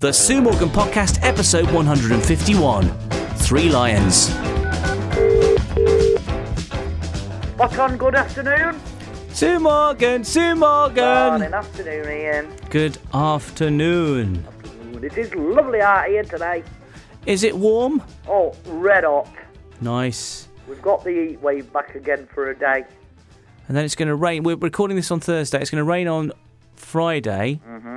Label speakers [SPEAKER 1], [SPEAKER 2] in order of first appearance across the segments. [SPEAKER 1] The Sue Morgan Podcast, episode 151 Three Lions.
[SPEAKER 2] Bakan, good afternoon.
[SPEAKER 1] Sue Morgan, Sue Morgan.
[SPEAKER 2] Morning, afternoon, Ian.
[SPEAKER 1] Good afternoon.
[SPEAKER 2] Ooh, It is lovely out here today.
[SPEAKER 1] Is it warm?
[SPEAKER 2] Oh, red hot.
[SPEAKER 1] Nice.
[SPEAKER 2] We've got the heat wave back again for a day.
[SPEAKER 1] And then it's going to rain. We're recording this on Thursday. It's going to rain on Friday. Mm-hmm.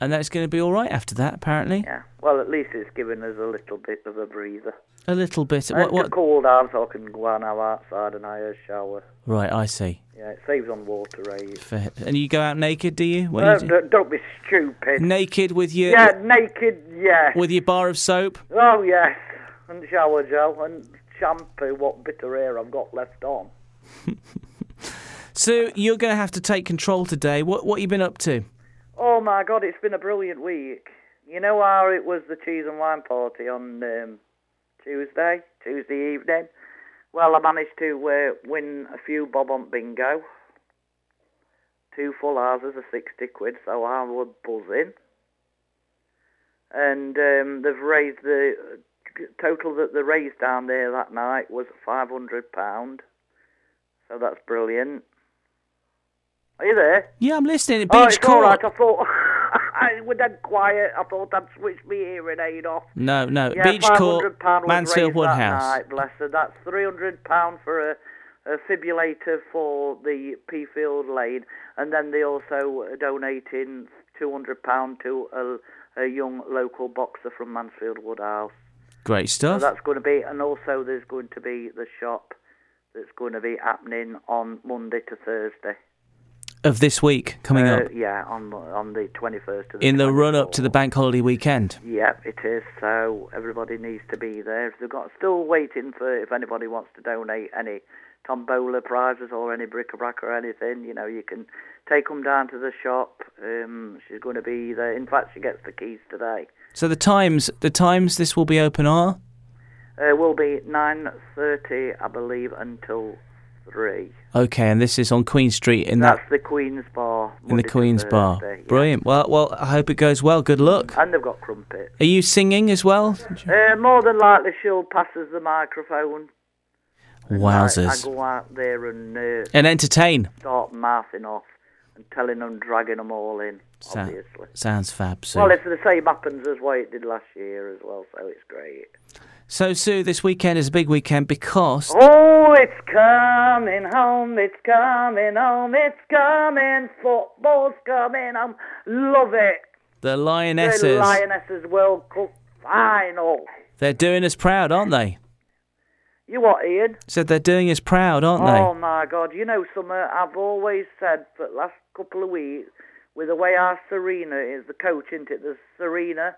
[SPEAKER 1] And then it's going to be all right after that, apparently.
[SPEAKER 2] Yeah. Well, at least it's given us a little bit of a breather.
[SPEAKER 1] A little bit.
[SPEAKER 2] It's
[SPEAKER 1] What,
[SPEAKER 2] a
[SPEAKER 1] what?
[SPEAKER 2] cold out, so I can go on now outside and I have a shower.
[SPEAKER 1] Right, I see.
[SPEAKER 2] Yeah, it saves on water rates.
[SPEAKER 1] Fair. And you go out naked, do you? When you
[SPEAKER 2] Don't,
[SPEAKER 1] do-
[SPEAKER 2] don't- don't be stupid.
[SPEAKER 1] Naked with your
[SPEAKER 2] yeah, naked, yeah.
[SPEAKER 1] with your bar of soap.
[SPEAKER 2] Oh, yes. And shower gel and shampoo, what bitter air I've got left on.
[SPEAKER 1] Sue, you're going to have to take control today. What what you been up to?
[SPEAKER 2] Oh my god, it's been a brilliant week. You know how it was the cheese and wine party on um, Tuesday, Tuesday evening? Well, I managed to uh, win a few bob on bingo. Two full houses of 60 quid, so I was buzzing. And um, they've raised the total that they raised down there that night was £500. So that's brilliant. Are you there?
[SPEAKER 1] Yeah, I'm listening. Beach
[SPEAKER 2] Oh, it's all
[SPEAKER 1] Court.
[SPEAKER 2] right. I thought I was dead quiet. I thought I'd switch my hearing aid off.
[SPEAKER 1] No, no.
[SPEAKER 2] Yeah,
[SPEAKER 1] Beach Court,
[SPEAKER 2] £500 was
[SPEAKER 1] Mansfield
[SPEAKER 2] raised
[SPEAKER 1] Woodhouse.
[SPEAKER 2] That night, bless her. That's three hundred pound for a, a fibrillator for the Peafield Lane, and then they also donating two hundred pound to a, a young local boxer from Mansfield Woodhouse.
[SPEAKER 1] Great
[SPEAKER 2] So
[SPEAKER 1] stuff.
[SPEAKER 2] that's going to be, and also there's going to be the shop that's going to be happening on Monday to Thursday.
[SPEAKER 1] of this week coming
[SPEAKER 2] Uh,
[SPEAKER 1] up
[SPEAKER 2] yeah, on on the twenty first.
[SPEAKER 1] in the run up to the bank holiday weekend.
[SPEAKER 2] Yep, it is. So everybody needs to be there. They've got still waiting for if anybody wants to donate any tombola prizes or any bric-a-brac or anything. You know, you can take them down to the shop. Um, she's going to be there. In fact, she gets the keys today.
[SPEAKER 1] So the times, the times this will be open are
[SPEAKER 2] Uh, will be nine thirty, I believe, until three.
[SPEAKER 1] okay, and this is on Queen Street in that
[SPEAKER 2] That's the Queen's Bar.
[SPEAKER 1] in the
[SPEAKER 2] Monday to
[SPEAKER 1] Queen's Bar.
[SPEAKER 2] Thursday, uh, yeah. Uh,
[SPEAKER 1] Brilliant. Well, well, I hope it goes well. Good luck.
[SPEAKER 2] And they've got crumpets.
[SPEAKER 1] Are you singing as well?
[SPEAKER 2] Uh, more than likely, she'll pass us the microphone. I, I
[SPEAKER 1] Wowzers!
[SPEAKER 2] go out there and uh,
[SPEAKER 1] And entertain.
[SPEAKER 2] start mouthing off and telling them, dragging them all in,
[SPEAKER 1] Sa-
[SPEAKER 2] obviously.
[SPEAKER 1] Sounds fab. Sue.
[SPEAKER 2] Well, it's the same happens as what it did last year as well, so it's great.
[SPEAKER 1] so Sue, this weekend is a big weekend because
[SPEAKER 2] Oh, it's coming home, it's coming home, it's coming, football's coming home. Love it.
[SPEAKER 1] the
[SPEAKER 2] The
[SPEAKER 1] Lionesses.
[SPEAKER 2] Lionesses World Cup final.
[SPEAKER 1] They're doing us proud, aren't they?
[SPEAKER 2] You what, Ian?
[SPEAKER 1] Said they're doing us proud, aren't they?
[SPEAKER 2] Oh my God! You know, summer. I've always said for the last couple of weeks, with the way our Serena is the coach, isn't it? The Serena,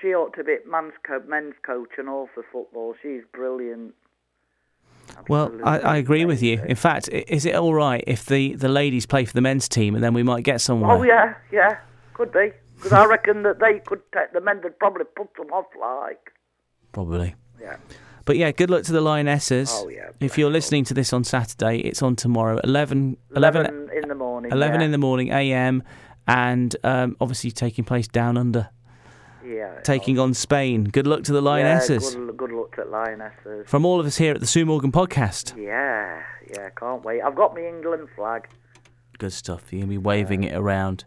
[SPEAKER 2] she ought to be man's coach, men's coach, and all for football. She's brilliant.
[SPEAKER 1] Well, I, I
[SPEAKER 2] Absolutely
[SPEAKER 1] agree with you.
[SPEAKER 2] amazing.
[SPEAKER 1] In fact, i- is it all right if the, the ladies play for the men's team and then we might get somewhere?
[SPEAKER 2] Oh yeah, yeah, could be. Because I reckon that they could take the men. They'd probably put them off like.
[SPEAKER 1] Probably.
[SPEAKER 2] Yeah.
[SPEAKER 1] But yeah, good luck to the Lionesses.
[SPEAKER 2] Oh, yeah,
[SPEAKER 1] If you're listening to this on Saturday, it's on tomorrow, 11, 11,
[SPEAKER 2] Eleven in the morning.
[SPEAKER 1] 11
[SPEAKER 2] yeah.
[SPEAKER 1] in the morning a.m. and um, obviously taking place down under,
[SPEAKER 2] yeah.
[SPEAKER 1] taking on Spain. Good luck to the Lionesses.
[SPEAKER 2] Oh. Yeah, good, good luck to lionesses.
[SPEAKER 1] From all of us here at the Sue Morgan podcast.
[SPEAKER 2] Yeah, yeah, can't wait. I've got my England flag.
[SPEAKER 1] Good stuff. You're going to be waving it around.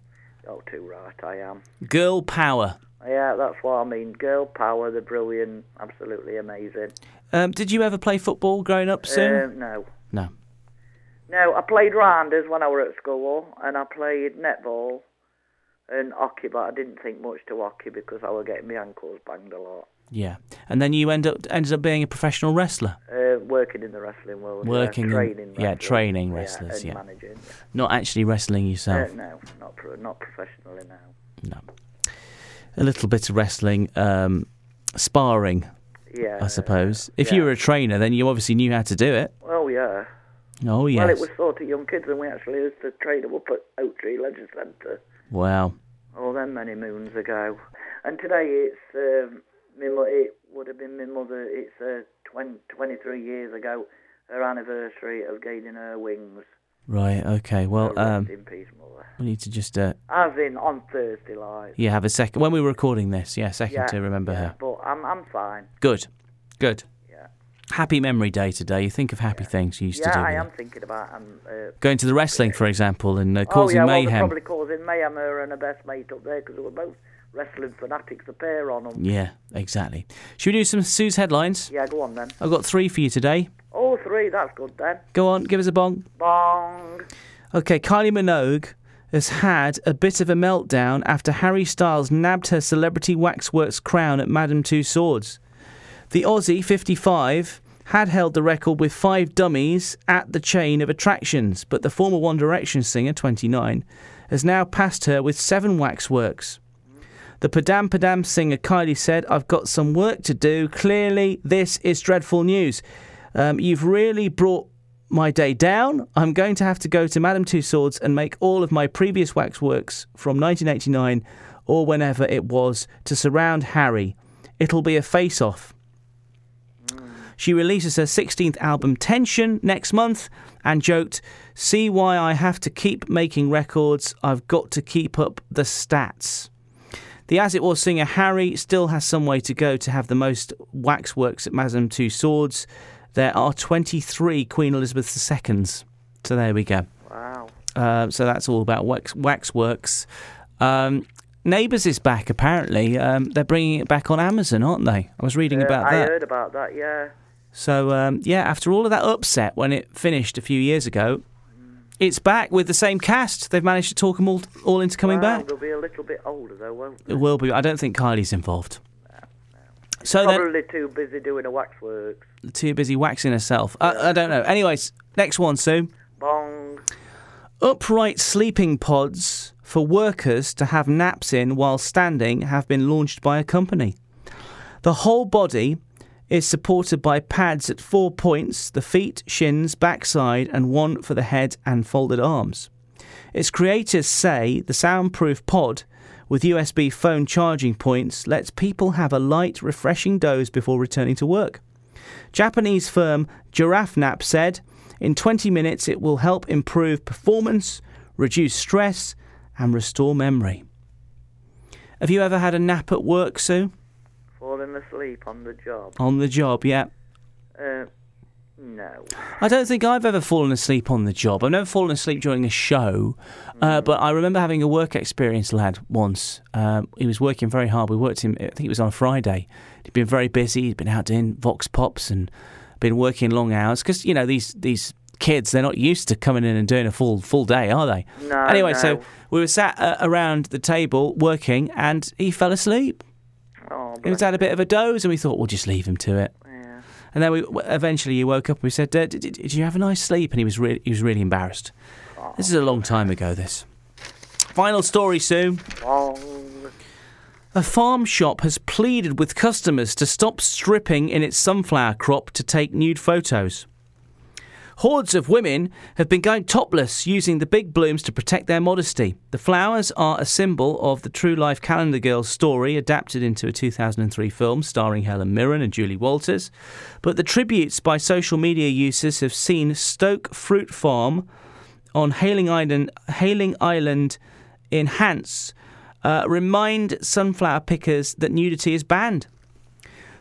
[SPEAKER 2] Oh, too right I am.
[SPEAKER 1] Girl power.
[SPEAKER 2] Yeah, that's what I mean. Girl power, the brilliant, absolutely amazing.
[SPEAKER 1] Um, did you ever play football growing up, Sue?
[SPEAKER 2] Uh, no.
[SPEAKER 1] no.
[SPEAKER 2] No, I played rounders when I were at school, and I played netball and hockey, but I didn't think much to hockey because I was getting my ankles banged a lot.
[SPEAKER 1] Yeah, and then you end up ended up being a professional wrestler,
[SPEAKER 2] Uh, working in the wrestling world.
[SPEAKER 1] Working in-
[SPEAKER 2] yeah, training
[SPEAKER 1] yeah, training
[SPEAKER 2] wrestlers,
[SPEAKER 1] wrestlers,
[SPEAKER 2] and
[SPEAKER 1] yeah. Oh.
[SPEAKER 2] managing.
[SPEAKER 1] not actually wrestling
[SPEAKER 2] Uh,
[SPEAKER 1] yourself.
[SPEAKER 2] no, not pro- not professionally now.
[SPEAKER 1] No, a little bit of wrestling, um, sparring,
[SPEAKER 2] Yeah.
[SPEAKER 1] I suppose. If you
[SPEAKER 2] yeah.
[SPEAKER 1] were a trainer, then you obviously knew how to do it.
[SPEAKER 2] Oh yeah.
[SPEAKER 1] Oh yes,
[SPEAKER 2] Well, it was sort of young kids, and we actually used to train them up at Oak Tree Leisure Centre.
[SPEAKER 1] wow.
[SPEAKER 2] Oh, then many moons ago. And today it's um, my mo- it would have been my mother. It's uh, 20, 23 years ago, her anniversary of gaining her wings.
[SPEAKER 1] Right. Okay. Well,
[SPEAKER 2] So rest
[SPEAKER 1] um,
[SPEAKER 2] in peace, mother.
[SPEAKER 1] we need to just uh,
[SPEAKER 2] As in on Thursday night.
[SPEAKER 1] yeah have a second when we were recording this. Yeah, second to remember
[SPEAKER 2] yeah,
[SPEAKER 1] her.
[SPEAKER 2] But I'm I'm fine.
[SPEAKER 1] Good. Good.
[SPEAKER 2] Yeah.
[SPEAKER 1] Happy memory day today. You think of happy things you used to do.
[SPEAKER 2] Yeah, I
[SPEAKER 1] with
[SPEAKER 2] am
[SPEAKER 1] it.
[SPEAKER 2] thinking about um, uh,
[SPEAKER 1] Going to the wrestling, for example, and uh,
[SPEAKER 2] Oh
[SPEAKER 1] causing
[SPEAKER 2] yeah, well, they're
[SPEAKER 1] mayhem.
[SPEAKER 2] probably causing mayhem. Her and her best mate up there because they were both wrestling fanatics. The pair on them.
[SPEAKER 1] Yeah, exactly. Should we do some Sue's headlines?
[SPEAKER 2] Yeah, go on then.
[SPEAKER 1] I've got three for you today.
[SPEAKER 2] All three. That's good then.
[SPEAKER 1] Go on, give us a bong.
[SPEAKER 2] Bong.
[SPEAKER 1] Okay, Kylie Minogue has had a bit of a meltdown after Harry Styles nabbed her celebrity waxworks crown at Madame Two Swords. The Aussie, 55, had held the record with five dummies at the chain of attractions, but the former One Direction singer, 29, has now passed her with seven waxworks. The Padam Padam singer Kylie said, I've got some work to do. Clearly, this is dreadful news. Um, you've really brought my day down. I'm going to have to go to Madame Two Swords and make all of my previous waxworks from 1989 or whenever it was to surround Harry. It'll be a face off. She releases her 16th album, Tension, next month and joked, See why I have to keep making records. I've got to keep up the stats. The As It Was singer Harry still has some way to go to have the most waxworks at Mazam Two Swords. There are 23 Queen Elizabeth II's. So there we go.
[SPEAKER 2] Wow.
[SPEAKER 1] Uh, so that's all about wax waxworks. Um, Neighbours is back apparently. Um, they're bringing it back on Amazon, aren't they? I was reading
[SPEAKER 2] Yeah,
[SPEAKER 1] about
[SPEAKER 2] Uh, I
[SPEAKER 1] that.
[SPEAKER 2] heard about that. Yeah.
[SPEAKER 1] So um, yeah, after all of that upset when it finished a few years ago, it's back with the same cast. They've managed to talk them all all into coming
[SPEAKER 2] Wow,
[SPEAKER 1] back.
[SPEAKER 2] They'll be a little bit older though, won't they?
[SPEAKER 1] It will be. I don't think Kylie's involved. So then,
[SPEAKER 2] Probably too busy doing a waxworks.
[SPEAKER 1] too busy waxing herself. I, I don't know. Anyways, next one, Sue.
[SPEAKER 2] Bong.
[SPEAKER 1] Upright sleeping pods for workers to have naps in while standing have been launched by a company. The whole body is supported by pads at four points the feet, shins, backside, and one for the head and folded arms. Its creators say the soundproof pod with USB phone charging points lets people have a light, refreshing doze before returning to work. Japanese firm Giraffe Nap said, in 20 minutes it will help improve performance, reduce stress, and restore memory. Have you ever had a nap at work, Sue?
[SPEAKER 2] Falling asleep on the job.
[SPEAKER 1] On the job, yeah.
[SPEAKER 2] Uh, no.
[SPEAKER 1] I don't think I've ever fallen asleep on the job. I've never fallen asleep during a show,
[SPEAKER 2] Mm.
[SPEAKER 1] uh, but I remember having a work experience lad once. Um, he was working very hard. We worked him, I think it was on a Friday. He'd been very busy. He'd been out doing Vox Pops and been working long hours because, you know, these, these kids, they're not used to coming in and doing a full, full day, are they?
[SPEAKER 2] No,
[SPEAKER 1] Anyway, so
[SPEAKER 2] no.
[SPEAKER 1] we were sat uh, around the table working and he fell asleep.
[SPEAKER 2] Oh,
[SPEAKER 1] He was
[SPEAKER 2] bless-
[SPEAKER 1] had a bit of a doze and we thought, we'll just leave him to it.
[SPEAKER 2] yeah.
[SPEAKER 1] And then we w- eventually he woke up and we said, "Uh, did, did, "Did you have a nice sleep?" And he was really he was really embarrassed. This is a long time ago. This final story soon.
[SPEAKER 2] Bong.
[SPEAKER 1] A farm shop has pleaded with customers to stop stripping in its sunflower crop to take nude photos. Hordes of women have been going topless using the big blooms to protect their modesty. The flowers are a symbol of the true life calendar girl's story, adapted into a 2003 film starring Helen Mirren and Julie Walters. But the tributes by social media users have seen Stoke Fruit Farm on Hailing Island, Hailing Island in Hants uh, remind sunflower pickers that nudity is banned.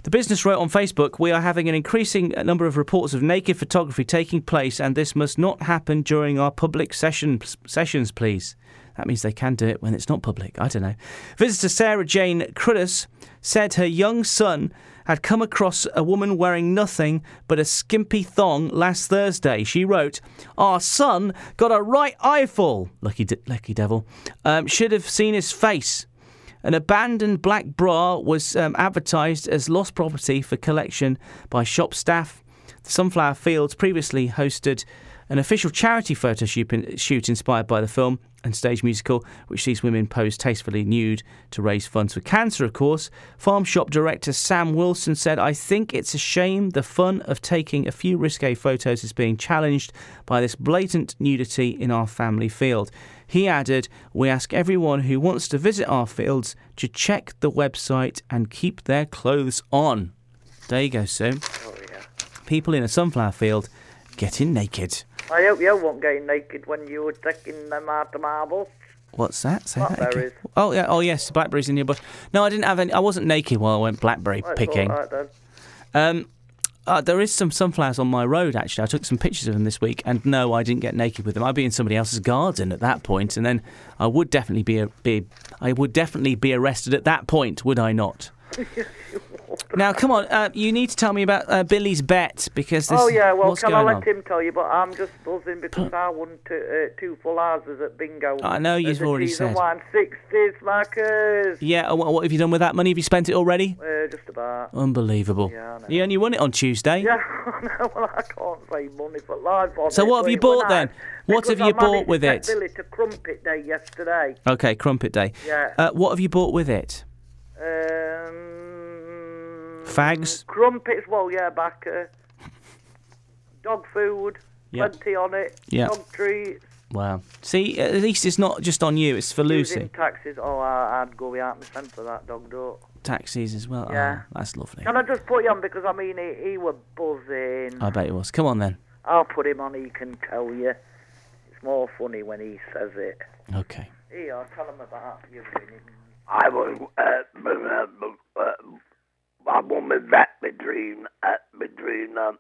[SPEAKER 1] The business wrote on Facebook, We are having an increasing number of reports of naked photography taking place, and this must not happen during our public session, sessions, please. That means they can do it when it's not public. I don't know. Visitor Sarah Jane Cruddas said her young son had come across a woman wearing nothing but a skimpy thong last Thursday. She wrote, Our son got a right eyeful. Lucky, de- lucky devil. Um, should have seen his face. An abandoned black bra was um, advertised as lost property for collection by shop staff. The Sunflower Fields previously hosted an official charity photo shoot shoot inspired by the film and stage musical, which sees women pose tastefully nude to raise funds for cancer, of course. Farm shop director Sam Wilson said, I think it's a shame the fun of taking a few risque photos is being challenged by this blatant nudity in our family field. He added, We ask everyone who wants to visit our fields to check the website and keep their clothes on. There you go, Sue.
[SPEAKER 2] Oh yeah.
[SPEAKER 1] People in a sunflower field getting naked.
[SPEAKER 2] I hope you weren't getting naked when you were taking them out of marbles.
[SPEAKER 1] What's that? Say that again.
[SPEAKER 2] Blackberries.
[SPEAKER 1] Oh yeah. Oh yes. Blackberries in your bush. No, I didn't have any. I wasn't naked while I went blackberry
[SPEAKER 2] That's
[SPEAKER 1] picking.
[SPEAKER 2] all right then.
[SPEAKER 1] Um, uh, there is some sunflowers on my road. Actually, I took some pictures of them this week, and no, I didn't get naked with them. I'd be in somebody else's garden at that point, and then I would definitely be a, be I would definitely be arrested at that point, would I not? now, come on, uh, you need to tell me about uh, Billy's bet because this.
[SPEAKER 2] Oh yeah, well,
[SPEAKER 1] what's
[SPEAKER 2] can I
[SPEAKER 1] going
[SPEAKER 2] let
[SPEAKER 1] on?
[SPEAKER 2] him tell you? But I'm just buzzing because I won two, uh, two full houses at bingo.
[SPEAKER 1] I know
[SPEAKER 2] At
[SPEAKER 1] you've
[SPEAKER 2] the
[SPEAKER 1] already
[SPEAKER 2] cheese and
[SPEAKER 1] said.
[SPEAKER 2] wine sixties markers.
[SPEAKER 1] Yeah, and what, what have you done with that money? Have you spent it already?
[SPEAKER 2] Uh, just about.
[SPEAKER 1] Unbelievable.
[SPEAKER 2] Yeah, I know.
[SPEAKER 1] You only won it on Tuesday.
[SPEAKER 2] Yeah, no, well, I can't say money for life on
[SPEAKER 1] So
[SPEAKER 2] it,
[SPEAKER 1] what have
[SPEAKER 2] but
[SPEAKER 1] you
[SPEAKER 2] it went
[SPEAKER 1] bought then?
[SPEAKER 2] out
[SPEAKER 1] What
[SPEAKER 2] because
[SPEAKER 1] have you
[SPEAKER 2] I managed
[SPEAKER 1] bought
[SPEAKER 2] to
[SPEAKER 1] with
[SPEAKER 2] take
[SPEAKER 1] it?
[SPEAKER 2] Billy to crumpet day yesterday.
[SPEAKER 1] Okay, crumpet day.
[SPEAKER 2] Yeah.
[SPEAKER 1] Uh, what have you bought with it?
[SPEAKER 2] Um,
[SPEAKER 1] Fags?
[SPEAKER 2] Crumpets, well, yeah, backer. Dog food,
[SPEAKER 1] Yeah.
[SPEAKER 2] plenty on it.
[SPEAKER 1] Yeah.
[SPEAKER 2] Dog treats.
[SPEAKER 1] Wow. See, at least it's not just on you, it's for
[SPEAKER 2] Using
[SPEAKER 1] Lucy.
[SPEAKER 2] taxis. Oh, I, I'd go without my cent for that dog, do
[SPEAKER 1] Taxis as well.
[SPEAKER 2] Yeah.
[SPEAKER 1] Oh, that's lovely.
[SPEAKER 2] Can I just put you on because I mean he, he were buzzing.
[SPEAKER 1] I bet it was. Come on then.
[SPEAKER 2] I'll put him on. He can tell you. It's more funny when he says it.
[SPEAKER 1] Okay.
[SPEAKER 2] Here, tell him about you winning. I was
[SPEAKER 3] uh, I won my bet between uh, between um,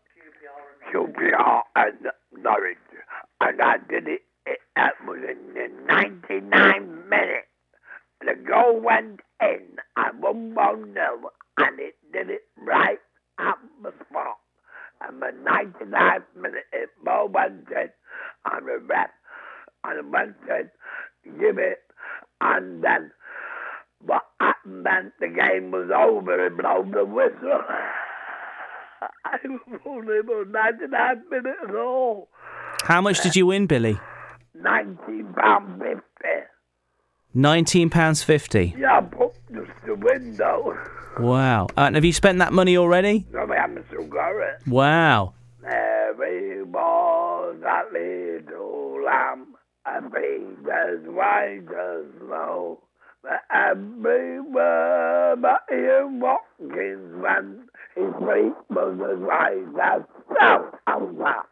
[SPEAKER 3] QPR and Norwich, and I did it. It, it was in the 99 minutes. The goal went in. I won one nil, and it did it right at the spot. And the 99 minute it ball went in, and the ref and it went in, give it, and then. But then the game was over and blown the whistle. I was only about 99 minutes old.
[SPEAKER 1] How much did you win, Billy?
[SPEAKER 3] £19.50.
[SPEAKER 1] £19.50.
[SPEAKER 3] Yeah, I booked just the window.
[SPEAKER 1] Wow. Uh, and have you spent that money already?
[SPEAKER 3] So we haven't still got it.
[SPEAKER 1] Wow.
[SPEAKER 3] Mary was a little lamb, and feet as white as snow. But everywhere but Ian Watkins went, his feet was as white as snow. Oh, How's that?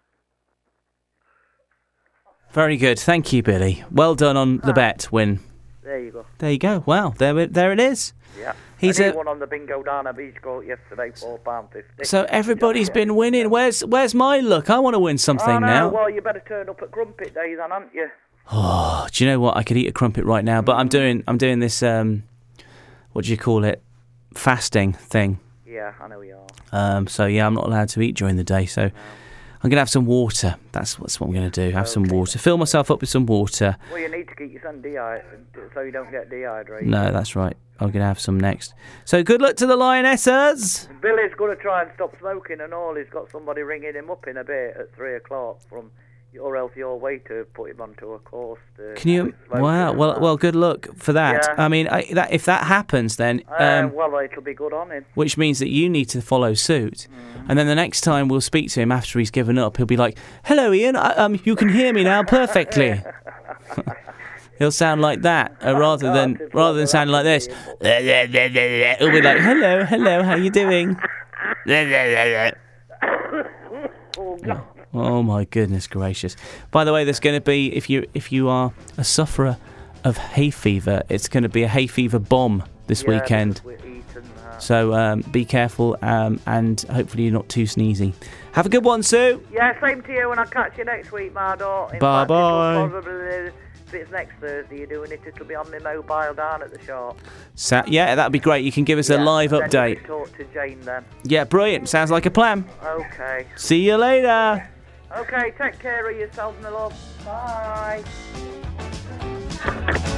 [SPEAKER 1] Very good. Thank you, Billy. Well done on the bet win.
[SPEAKER 2] there. You go.
[SPEAKER 1] There you go. Wow. There, it- there it is.
[SPEAKER 2] Yeah.
[SPEAKER 1] He's
[SPEAKER 2] and he
[SPEAKER 1] a-
[SPEAKER 2] won on the bingo down at Beach Court yesterday, four pound fifty.
[SPEAKER 1] So everybody's been winning. Where's where's my look? I want to win something
[SPEAKER 2] Oh, no,
[SPEAKER 1] now.
[SPEAKER 2] Well, you better turn up at Crumpet Day then, aren't you?
[SPEAKER 1] Oh, do you know what? I could eat a crumpet right now, but I'm doing I'm doing this um, what do you call it? Fasting thing.
[SPEAKER 2] Yeah, I know you are.
[SPEAKER 1] Um, so yeah, I'm not allowed to eat during the day. So I'm gonna have some water. That's what's what I'm gonna do. Have some water. Fill myself up with some water.
[SPEAKER 2] Well, you need to keep your son dehydrated so you don't get dehydrated.
[SPEAKER 1] No, that's right. I'm gonna have some next. So good luck to the lionesses.
[SPEAKER 2] Billy's going to try and stop smoking and all. He's got somebody ringing him up in a bit at three o'clock from, or else your way to put him onto a course. To
[SPEAKER 1] Can you?
[SPEAKER 2] quit smoking
[SPEAKER 1] Wow.
[SPEAKER 2] and
[SPEAKER 1] Well,
[SPEAKER 2] that.
[SPEAKER 1] well. Good luck for that.
[SPEAKER 2] Yeah.
[SPEAKER 1] I mean, I, that, if that happens, then
[SPEAKER 2] Uh,
[SPEAKER 1] um,
[SPEAKER 2] well, it'll be good on him.
[SPEAKER 1] which means that you need to follow suit.
[SPEAKER 2] Mm.
[SPEAKER 1] And then the next time we'll speak to him after he's given up, he'll be like, "Hello, Ian. I, um, you can hear me now perfectly." he'll sound like that, uh, rather than
[SPEAKER 2] Oh, it's
[SPEAKER 1] rather than
[SPEAKER 2] rather
[SPEAKER 1] sounding like this. he'll be like, "Hello, hello. How you doing?"
[SPEAKER 2] Oh, God.
[SPEAKER 1] Oh my goodness gracious! By the way, there's going to be if you if you are a sufferer of hay fever, it's going to be a hay fever bomb this
[SPEAKER 2] Yeah,
[SPEAKER 1] weekend.
[SPEAKER 2] because we're eating that.
[SPEAKER 1] So um, be careful um, and hopefully you're not too sneezy. Have a good one, Sue.
[SPEAKER 2] Yeah, same to you, and I'll catch you next week, my daughter. In
[SPEAKER 1] Bye
[SPEAKER 2] fact, it'll
[SPEAKER 1] bye.
[SPEAKER 2] Probably, if it's next Thursday you're doing it, it'll be on my mobile down at the shop.
[SPEAKER 1] Sa- yeah, that'd be great. You can give us a
[SPEAKER 2] Yeah,
[SPEAKER 1] live
[SPEAKER 2] then you
[SPEAKER 1] update.
[SPEAKER 2] can Talk to Jane then.
[SPEAKER 1] Yeah, brilliant. Sounds like a plan.
[SPEAKER 2] Okay.
[SPEAKER 1] See you later.
[SPEAKER 2] Okay, take care of yourself, my love. Bye.